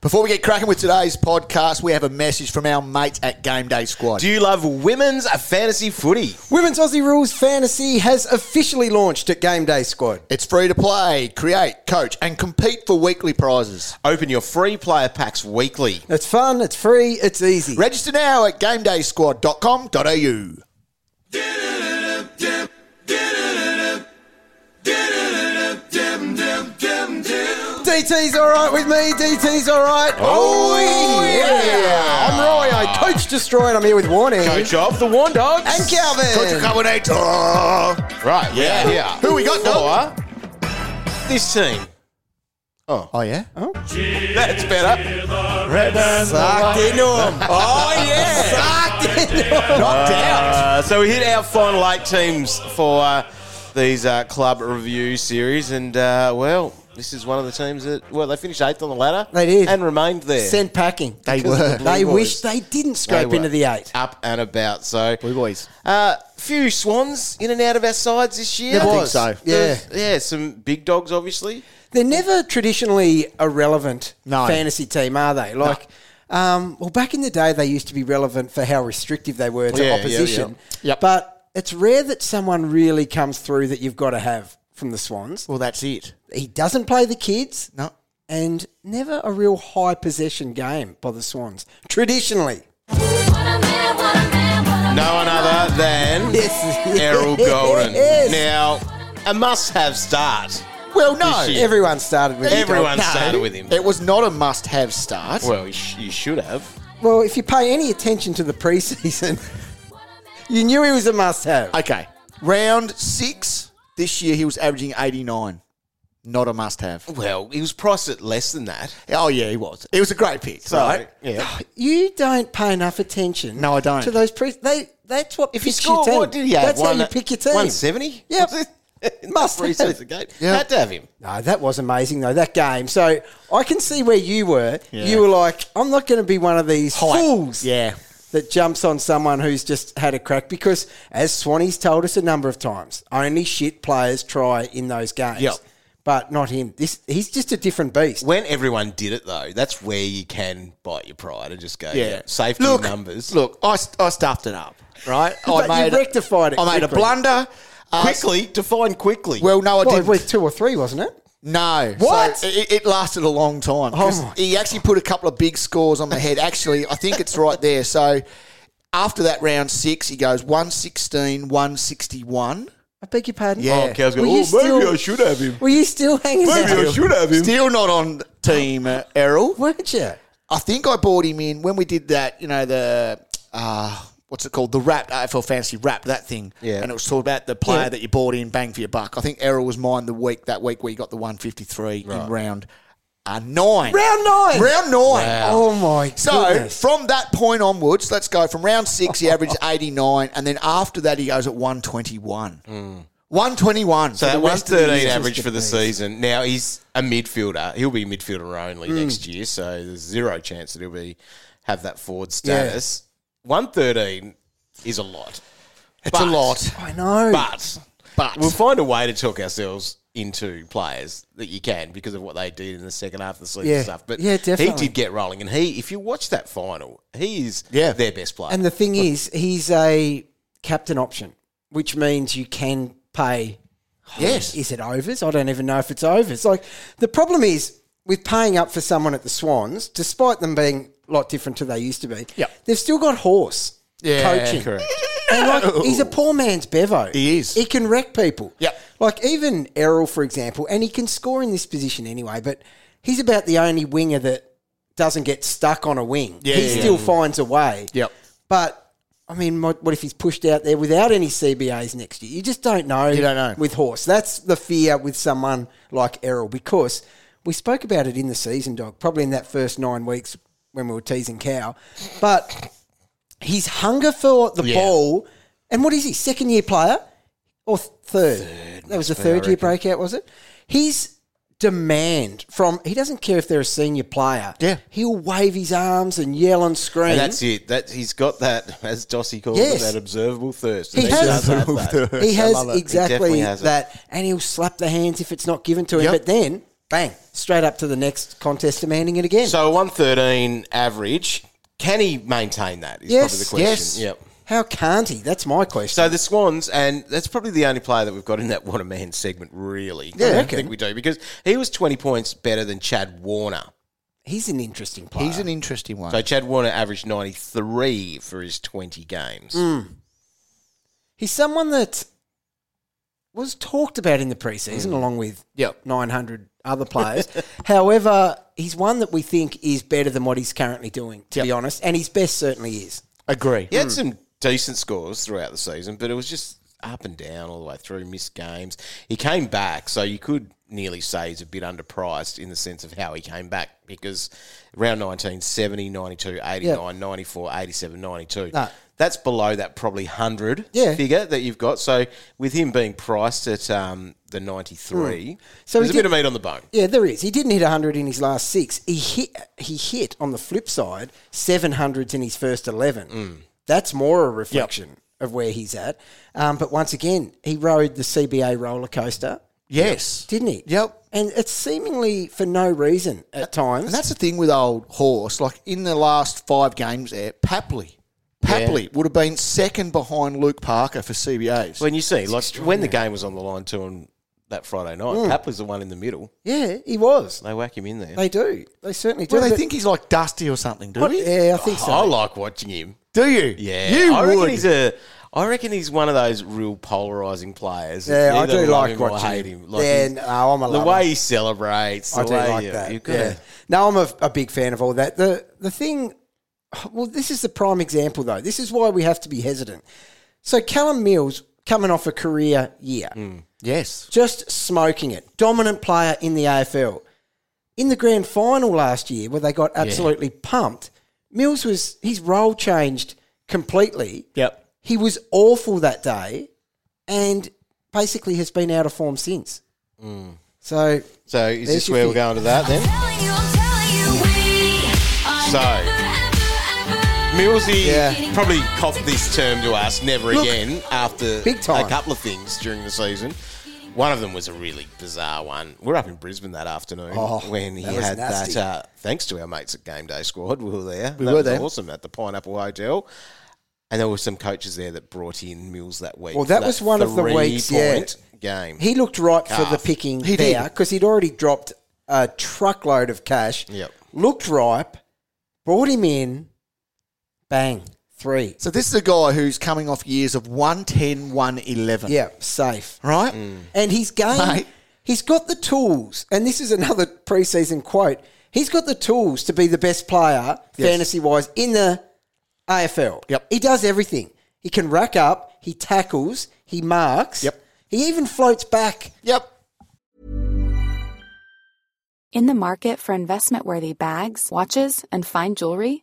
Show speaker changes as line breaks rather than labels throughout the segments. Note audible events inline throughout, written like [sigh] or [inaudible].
Before we get cracking with today's podcast, we have a message from our mates at Game Day Squad.
Do you love women's fantasy footy?
Women's Aussie Rules Fantasy has officially launched at Game Day Squad.
It's free to play, create, coach, and compete for weekly prizes.
Open your free player packs weekly.
It's fun, it's free, it's easy.
Register now at gamedaysquad.com.au.
DT's all right with me, DT's all right.
Oh,
yeah. I'm Roy, I coach destroy and I'm here with Warning.
Coach of the Warn Dogs.
And Calvin.
Coach Carbonator. Right,
Yeah, yeah.
Who we got, dog?
For This team.
Oh, yeah?
That's better.
Sucked into him.
Oh,
yeah. Sucked into him.
Knocked out.
Uh, so we hit our final eight teams for uh, these uh, club review series, and uh, well, this is one of the teams that well they finished eighth on the ladder.
They did.
and remained there,
Sent packing.
They Because were. of the Blue
They
Boys.
wish they didn't scrape
They were
into the eight.
up and about. So
Blue boys.
Uh, few swans in and out of our sides this year.
There I think was. so, yeah.
yeah, some big dogs, obviously.
They're never traditionally a relevant
No.
fantasy team, are they? Like, um, well, back in the day, they used to be relevant for how restrictive they were to
Yeah, yeah,
opposition.
yeah. Yep.
But it's rare that someone really comes through that you've got to have from the Swans.
Well, that's it.
He doesn't play the kids
No.
and never a real high possession game by the Swans, traditionally.
No one other
[laughs]
than
Yes.
Errol Golden.
[laughs] Yes.
Now, a must-have start.
Well, no.
This year.
Everyone started with the
Everyone
dog. No.
started with him.
It was not a must have start.
Well, you, sh- you should have.
Well, if you pay any attention to the preseason, [laughs] you knew he was a must have.
Okay. Round six. This year he was averaging 89. Not a must have.
Well, he was priced at less than that.
Oh, yeah, he was. It was a great pick.
So,
right?
yeah.
You don't pay enough attention.
No, I don't.
To those pre, they that's what
If you
picks
score,
your team.
what did he have?
That's
One-
how you pick your team.
170? [laughs]
Yep. Must
Three
have.
sets of game.
Yeah.
Had to have him.
No, that was amazing though that game. So I can see where you were. You were like, I'm not going to be one of these fools.
Yeah.
That jumps on someone who's just had a crack because, as Swanee's told us a number of times, only shit players try in those games.
Yep.
But not him. This he's just a different beast.
When everyone did it, though, that's where you can bite your pride and just go, yeah, safety
Look,
numbers.
Look, I, st- I stuffed it up, right?
But
I
[laughs] you rectified it
I made a
quickly.
blunder. Uh,
quickly, define quickly.
Well, no, I
Well,
didn't.
it was two or three, wasn't it?
no.
What? Oh
So it, it lasted a long time. 'cause
my-
he actually put a couple of big scores on the
[laughs]
head. Actually, I think it's right there. So after that round six, he goes 116, 161.
I beg your pardon.
Yeah.
Cow's go,
Were
oh,
you
maybe
still-
I should have him.
Were you still hanging
Maybe
out?
I should have him.
Still not on team, uh, Errol.
Weren't you?
I think I bought him in when we did that, you know, the, uh, what's it called? The wrap, AFL Fantasy wrap, that thing.
Yeah.
And it was talking about the player
Yeah.
that you bought in, bang for your buck. I think Errol was mine the week, that week where you got the 153 in round a nine.
Round nine.
Round nine.
Oh my
So
goodness.
from that point onwards, let's go from round six, he averaged [laughs] 89, and then after that, he goes at 121. 121.
Hmm. So
for the
that was
rest of the
13
year.
average for the season. Now he's a midfielder. He'll be midfielder only next year, so there's zero chance that he'll be have that forward status. 113 is a lot.
It's
But-
a lot.
I know.
But
But
we'll find a way to talk ourselves into players that you can because of what they did in the second half of the season
Yeah.
and stuff. But
Yeah, definitely.
he did get rolling. And he, if you watch that final, he is
Yeah.
their best player.
And the thing is, he's a captain option, which means you can pay.
[sighs] Yes.
Is it overs? I don't even know if it's overs. Like the problem is with paying up for someone at the Swans, despite them being a lot different to they used to be.
Yeah.
They've still got horse
Yeah,
coaching.
correct.
And like he's
[laughs]
a poor man's Bevo.
He is.
He can wreck people.
Yeah.
Like even Errol, for example, and he can score in this position anyway, but he's about the only winger that doesn't get stuck on a wing.
Yeah,
he
yeah,
still finds a way.
Yep.
But I mean, what, what if he's pushed out there without any CBAs next year? You just don't know. You
don't know.
with horse. That's the fear with someone like Errol because we spoke about it in the season, dog. Probably in that first nine weeks when we were teasing cow, but his hunger for the ball and what is he? Second year player or th- third? that was a third year breakout, was it? His demand from he doesn't care if they're a senior player.
Yeah.
he'll wave his arms and yell and scream.
And that's it. That he's got that, as Dossie calls
Yes.
it, that observable thirst.
He
And does
has.
have that.
He has
love it. He
exactly
definitely has it.
that, and he'll slap the hands if it's not given to him.
Yep.
But then, bang, straight up to the next contest, demanding it again.
So 113 average. Can he maintain that? Is
Yes,
probably the question.
yes.
Yep.
how can't he? That's my question.
So the Swans, and that's probably the only player that we've got in that What a Man segment, really.
Yeah, I
I don't
reckon.
think we do, because he was 20 points better than Chad Warner.
he's an interesting player.
He's an interesting one.
So Chad Warner averaged 93 for his 20 games.
Mm. he's someone that was talked about in the
Hmm.
preseason, along with
Yep.
900 other players. [laughs] However, he's one that we think is better than what he's currently doing, to be honest, and his best certainly is.
Agree.
Hmm.
He had some decent scores throughout the season, but it was just up and down all the way through, missed games. He came back, so you could nearly say he's a bit underpriced in the sense of how he came back because round 19, 70, 92, 89, 94, 87, 92.
No.
That's below that probably 100
Yeah.
figure that you've got. So with him being priced at um, the 93,
Hmm.
so
So he
there's a bit
did-
of meat on the bone.
Yeah, there is. He didn't hit 100 in his last six. He hit, he hit on the flip side, 700s in his first 11. That's more a reflection of where he's at. Um, but once again, he rode the CBA roller coaster,
Yes.
didn't he?
Yep.
And it's seemingly for no reason at times.
And that's the thing with old horse. Like in the last five games there, Papley. Papley would have been second behind Luke Parker for CBAs.
When you see, like, when the game was on the line too on that Friday night, Pap was the one in the middle.
yeah, he was.
They whack him in there.
Hmm. They do. They certainly do.
well, they
but-
think he's like Dusty or something, do
What-
we?
Yeah, I think so.
I like watching him.
Do you?
Oh. Yeah,
You
I reckon
would.
he's a. I reckon he's one of those real polarizing players.
Yeah, I
Either
do
love
like
him or
watching
hate
him.
him. Like
Yeah,
he's-
no, I'm a
the
lover.
way he celebrates. The
I do
way
like
you-
that.
you've got
yeah.
to-
No, I'm a, a big fan of all that. The the thing, well, this is the prime example though. This is why we have to be hesitant. So Callum Mills coming off a career year,
Hmm.
Yes.
just smoking it, dominant player in the AFL. In the grand final last year, where they got absolutely pumped, Mills was his role changed completely.
Yep.
He was awful that day, and basically has been out of form since.
Hmm.
So
So is
There's
this
your
where we're
thing.
going to that then?
So,
Millsy
Yeah.
probably copped this term to us never
Look,
again after
big time.
a couple of things during the season. One of them was a really bizarre one. We We're up in Brisbane that afternoon
Oh,
when he
that was
had
nasty.
that. Uh, thanks to our mates at Game Day Squad, we were there. We
were
was
there.
Awesome at the Pineapple Hotel. And there were some coaches there that brought in Mills that week.
Well,
for
that was one of the weeks, yeah.
three-point game.
He looked right for the
Calf.
picking
He did.
there because he'd already dropped a truckload of cash.
Yep.
Looked ripe, brought him in, bang, three.
So this is a guy who's coming off years of 110, 111.
Yeah, safe. Mm.
Right?
And his game,
Mate.
he's got the tools. And this is another preseason quote. He's got the tools to be the best player,
Yes.
fantasy wise, in the AFL.
Yep.
He does everything. He can rack up, he tackles, he marks.
Yep.
He even floats back.
Yep.
In the market for investment worthy bags, watches, and fine jewelry,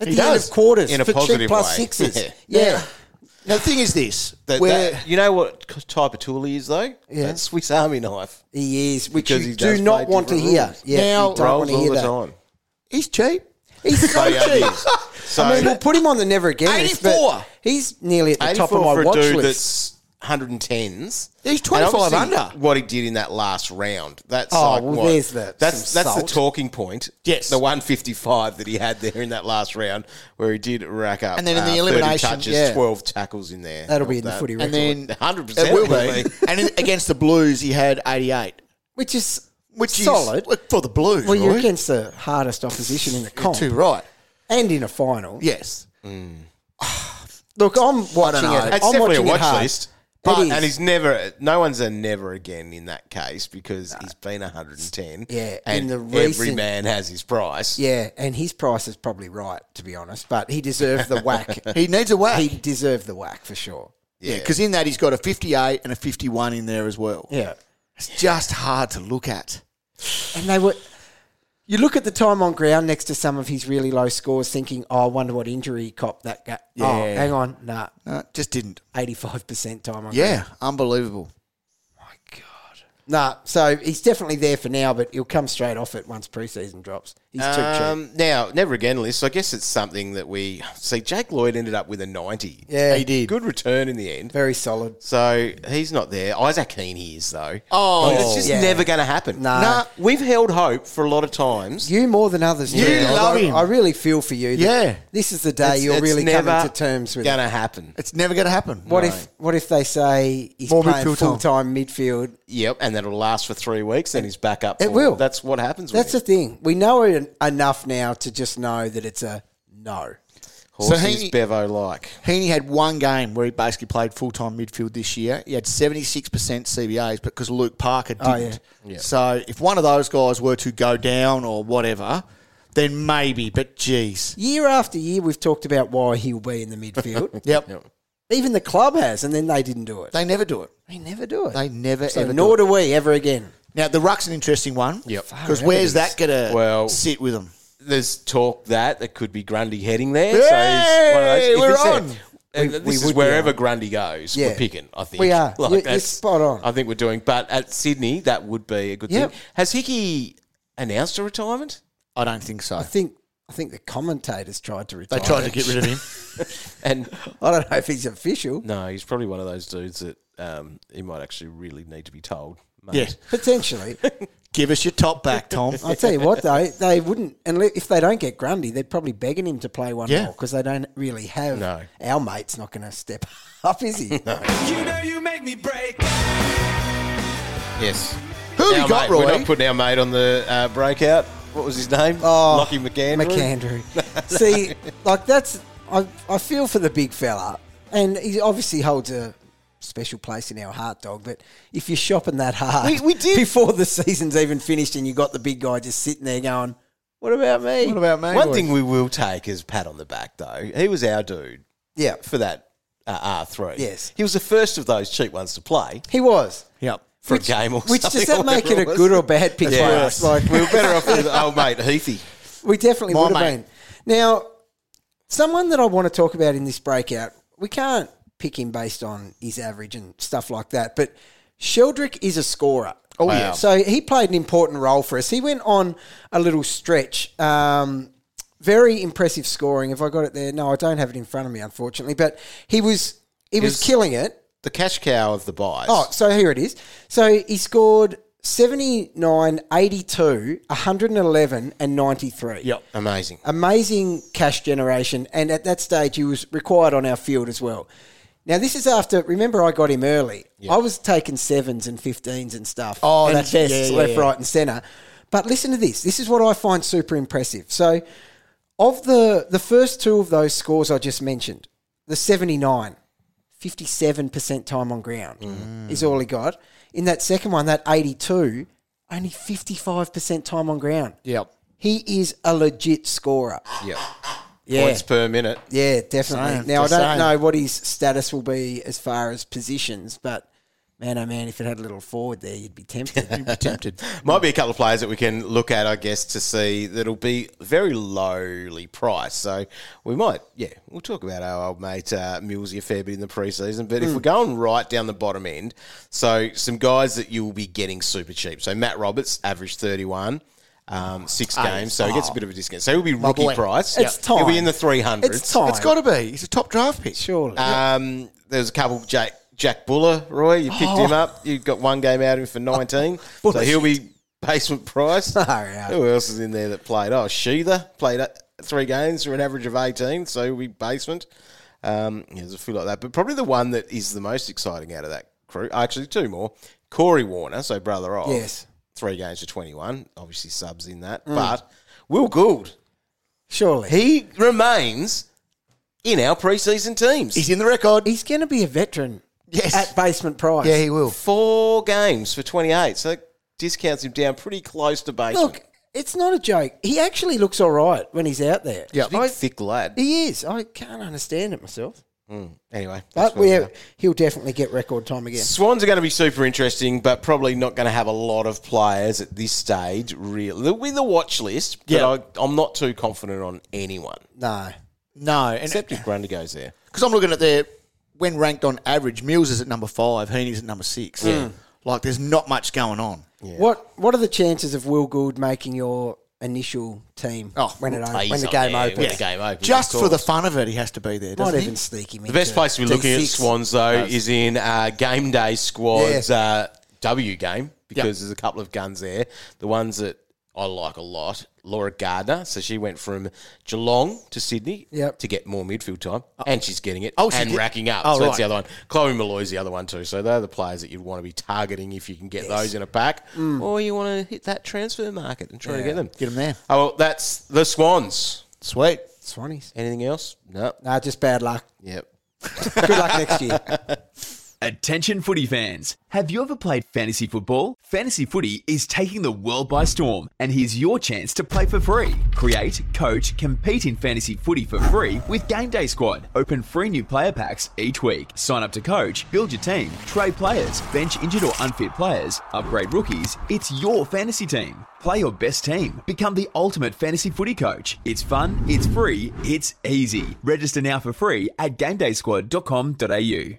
At
He
the end
does,
of quarters
in a
for
positive
check plus
way.
sixes.
[laughs] Yeah.
yeah.
Now, the thing is this.
That,
where,
that- you know what c- type of tool he is, though?
Yeah.
That Swiss Army knife.
He is, which
Because
you
he does
do not
play
want to
different
hear.
rules.
Yeah,
Now-
you don't want
Rolls
to
all
hear
the
that.
time.
he's cheap.
He's so
[laughs] So, yeah,
cheap.
it is. So,
I mean, we'll put him on the never again. list, but
84.
He's nearly at the
84
top of my
for a
watch
dude
list.
that's 110s.
He's
And
25
obviously
under.
What he did in that last round. That's
Oh,
like
well,
what-
there's the-
That's
some
that's
salt.
the talking point.
Yes.
the 155 that he had there in that last round, where he did rack up,
And then in the
30
elimination,
touches,
yeah.
12 tackles in there.
That'll be
Not
in the
that-
footy record.
And then
100%
It will
will
be. [laughs] and in, against the Blues, he had 88,
which is
which is
solid.
look, for the Blues.
well, you're
right?
against the hardest opposition in the
You're
comp
too right.
and in a final.
Yes.
Look, I'm watching
know.
it.
It's
I'm
definitely a
watching it
watch
hard.
list.
It
But,
is.
and he's never, no one's a never again in that case because he's been 110.
Yeah, in
and
the
every
recent-
man has his price.
Yeah, and his price is probably right, to be honest. But he deserved the
[laughs]
whack.
He needs a whack.
He deserved the whack for sure.
yeah, because in that he's got a 58 and a 51 in there as well.
Yeah.
It's just hard to look at.
And they were. You look at the time on ground next to some of his really low scores, thinking, "Oh, I wonder what injury he copped that guy." Oh,
Yeah.
hang on, nah,
No, just didn't.
eighty-five percent time on. ground.
Yeah, unbelievable.
nah. So he's definitely there for now, but he'll come straight off it once preseason drops. He's too cheap.
Um, now, never again list. I guess it's something that we see. Jake Lloyd ended up with a ninety.
Yeah, he
did.
Good return in the end.
Very solid.
So he's not there. Isaac Keane he is though.
Oh,
And it's just
yeah.
never going to happen.
No.
Nah, we've held hope for a lot of times.
You more than others.
You
Gerald.
love
I,
him.
I really feel for you. that
Yeah.
This is the day you're really coming to terms with. it.
going to happen.
It's never going to happen.
What if What if they say he's
More
playing
midfield time.
full time midfield?
Yep, and that'll last for three weeks. Then he's back up.
It
for-
will.
That's what happens.
That's the
with
thing. We know it en- enough now to just know that it's a no.
a horses
So he-
Bevo like.
Heaney had one game where he basically played full time midfield this year. He had 76% CBAs because Luke Parker didn't. So if one of those guys were to go down or whatever, then maybe, but geez.
Year after year, we've talked about why he'll be in the [laughs] midfield.
Yep.
Even the club has, and then they didn't do it.
They never do it.
They never do it.
They never
so
ever
nor
do it.
do we ever again.
Now, the ruck's an interesting one.
Yep.
Because where's that going to
Well-
sit with them?
There's talk that there could be Grundy heading there.
Hey,
so he's one of those. if
we're
he's
on.
there- and
We-
this
we
is
would be
wherever
on.
Grundy goes,
Yeah.
we're picking. I think
We are. You- you're
that's-
spot on.
I think we're doing. But at Sydney, that would be a good
Yeah.
thing. Has Hickey announced a retirement?
I don't think so.
I think I think the commentators tried to
they
retire.
tried to get rid of
[laughs]
him.
And
I don't know if he's official.
no, he's probably one of those dudes that um, he might actually really need to be told. mate.
yes.
Potentially,
Give us your top back,
[laughs]
Tom.
I'll tell you what though, they wouldn't. And le- if they don't get Grundy, they're probably begging him to play one
Yeah.
more because they don't really have.
No.
Our mate's not going to step [laughs] up, is he?
You know you make me break.
Yes.
Who have
Our
you got,
mate,
Roy?
We're not putting our mate on the uh, breakout. What was his name?
Oh,
Lockie McAndrew. [laughs]
McAndrew. See, like that's I, I feel for the big fella, and he obviously holds a special place in our heart, dog. But if you're shopping that hard,
We- we did-
before the season's even finished, and you got the big guy just sitting there going, "What about me?
What about me?
One
boys?
thing we will take is pat on the back, though. He was our dude
Yeah,
for that uh, R3.
Yes.
He was the first of those cheap ones to play
he was."
Yep.
for a game or
Which
something.
does
[laughs]
that make it a
whatever was.
good or bad pick for
Yeah.
us? Like
we were better off with [laughs] old mate Heathy.
We definitely
My
would have
mate.
been. Now, someone that I want to talk about in this breakout, we can't pick him based on his average and stuff like that, but Sheldrick is a scorer. Oh
Wow.
yeah. So he played an important role for us. He went on a little stretch. Um, very impressive scoring. Have I got it there? No, I don't have it in front of me, unfortunately. But he was he was
His-
killing it.
The cash cow of the buys.
Oh, so here it is. So he scored 79, 82, 111, and 93.
Yep. Amazing.
Amazing cash generation. And at that stage, he was required on our field as well. Now, this is after, remember, I got him early. I was taking sevens and 15s and stuff.
Oh,
and
that's-
bests,
yeah, yeah,
left,
yeah.
right, and centre. But listen to this. This is what I find super impressive. So, of the, the first two of those scores I just mentioned, the 79, 57% time on ground
Mm.
is all he got. In that second one, that 82, only 55% time on ground.
Yep.
He is a legit scorer.
Yep.
Yeah.
Points per minute.
Yeah, definitely.
Same,
now, I
the
don't
same.
know what his status will be as far as positions, but man, oh man, if it had a little forward there, you'd
[laughs]
be tempted.
Tempted.
[laughs] Might be a couple of players that we can look at, I guess, to see that'll be very lowly priced. So we might, yeah, we'll talk about our old mate uh, Millsy a fair bit in the preseason. But if we're
Hmm.
going right down the bottom end, so some guys that you will be getting super cheap. So Matt Roberts, average 31. Um, six
Ah,
games, so he gets a bit of a discount. So he'll be rookie
boy.
price.
Oh. It's
Yep. He'll be
time.
in the three hundreds.
It's time.
It's got to be. He's a top draft pick.
Surely.
Um, there's a couple. Jack Jack Buller, Roy, you picked him up. You got one game out of him for 19, so he'll be basement
[laughs]
price.
yeah.
Who else is in there that played? Oh, Sheether played uh, three games for an average of 18, so he'll be basement. Um, yeah, there's a few like that, but probably the one that is the most exciting out of that crew. Actually, two more. Corey Warner, so brother of
Yes.
three games for 21. Obviously, subs in that, but Will Gould,
Surely.
he remains in our preseason teams.
He's in the record.
he's going to be a veteran
Yes.
at basement price.
yeah, he will.
four games for 28. So that discounts him down pretty close to base.
Look, it's not a joke. He actually looks all right when he's out there.
Yeah.
big, thick lad.
He is. I can't understand it myself.
Anyway, that's
But
where
we
we
have,
are.
he'll definitely get record time again.
Swans are going to be super interesting, but probably not going to have a lot of players at this stage. Really, They'll be the watch list. But
Yeah.
I, I'm not too confident on anyone
No.
No, and
except if Grundy goes there.
because I'm looking at their when ranked on average, Mills is at number five, Heaney's at number six. Yeah. Like there's not much going on.
What What are the chances of Will Gould making your initial team
Oh,
when it o-
he's
when the
up
game
there,
opens?
yeah. game opens,
Just
of
for the
course.
fun of it, he has to be there.
Might
Doesn't he?
even sneak him
The best place to be looking at
D6.
Swans though is in uh, game day squads uh, W game because
Yep.
there's a couple of guns there. The ones that I like a lot, Laura Gardner. So she went from Geelong to Sydney
Yep.
to get more midfield time, and she's getting it
Oh, she
and
did-
racking up.
Oh,
so that's the
right.
other one. Chloe Malloy's the other one too. So they're the players that you'd want to be targeting if you can get those in a pack, or you want to hit that transfer market and try to get them.
Mm. Get him there.
Oh, well, that's the Swans.
Sweet.
Swannies.
Anything else? No.
No, just bad luck.
Yep.
Good luck
[laughs]
next year.
Attention footy fans. Have you ever played fantasy football? Fantasy footy is taking the world by storm, and here's your chance to play for free. Create, coach, compete in fantasy footy for free with Game Day Squad. Open free new player packs each week. Sign up to coach, build your team, trade players, bench injured or unfit players, upgrade rookies. It's your fantasy team. Play your best team. Become the ultimate fantasy footy coach. It's fun, it's free, it's easy. Register now for free at gamedaysquad.com.au.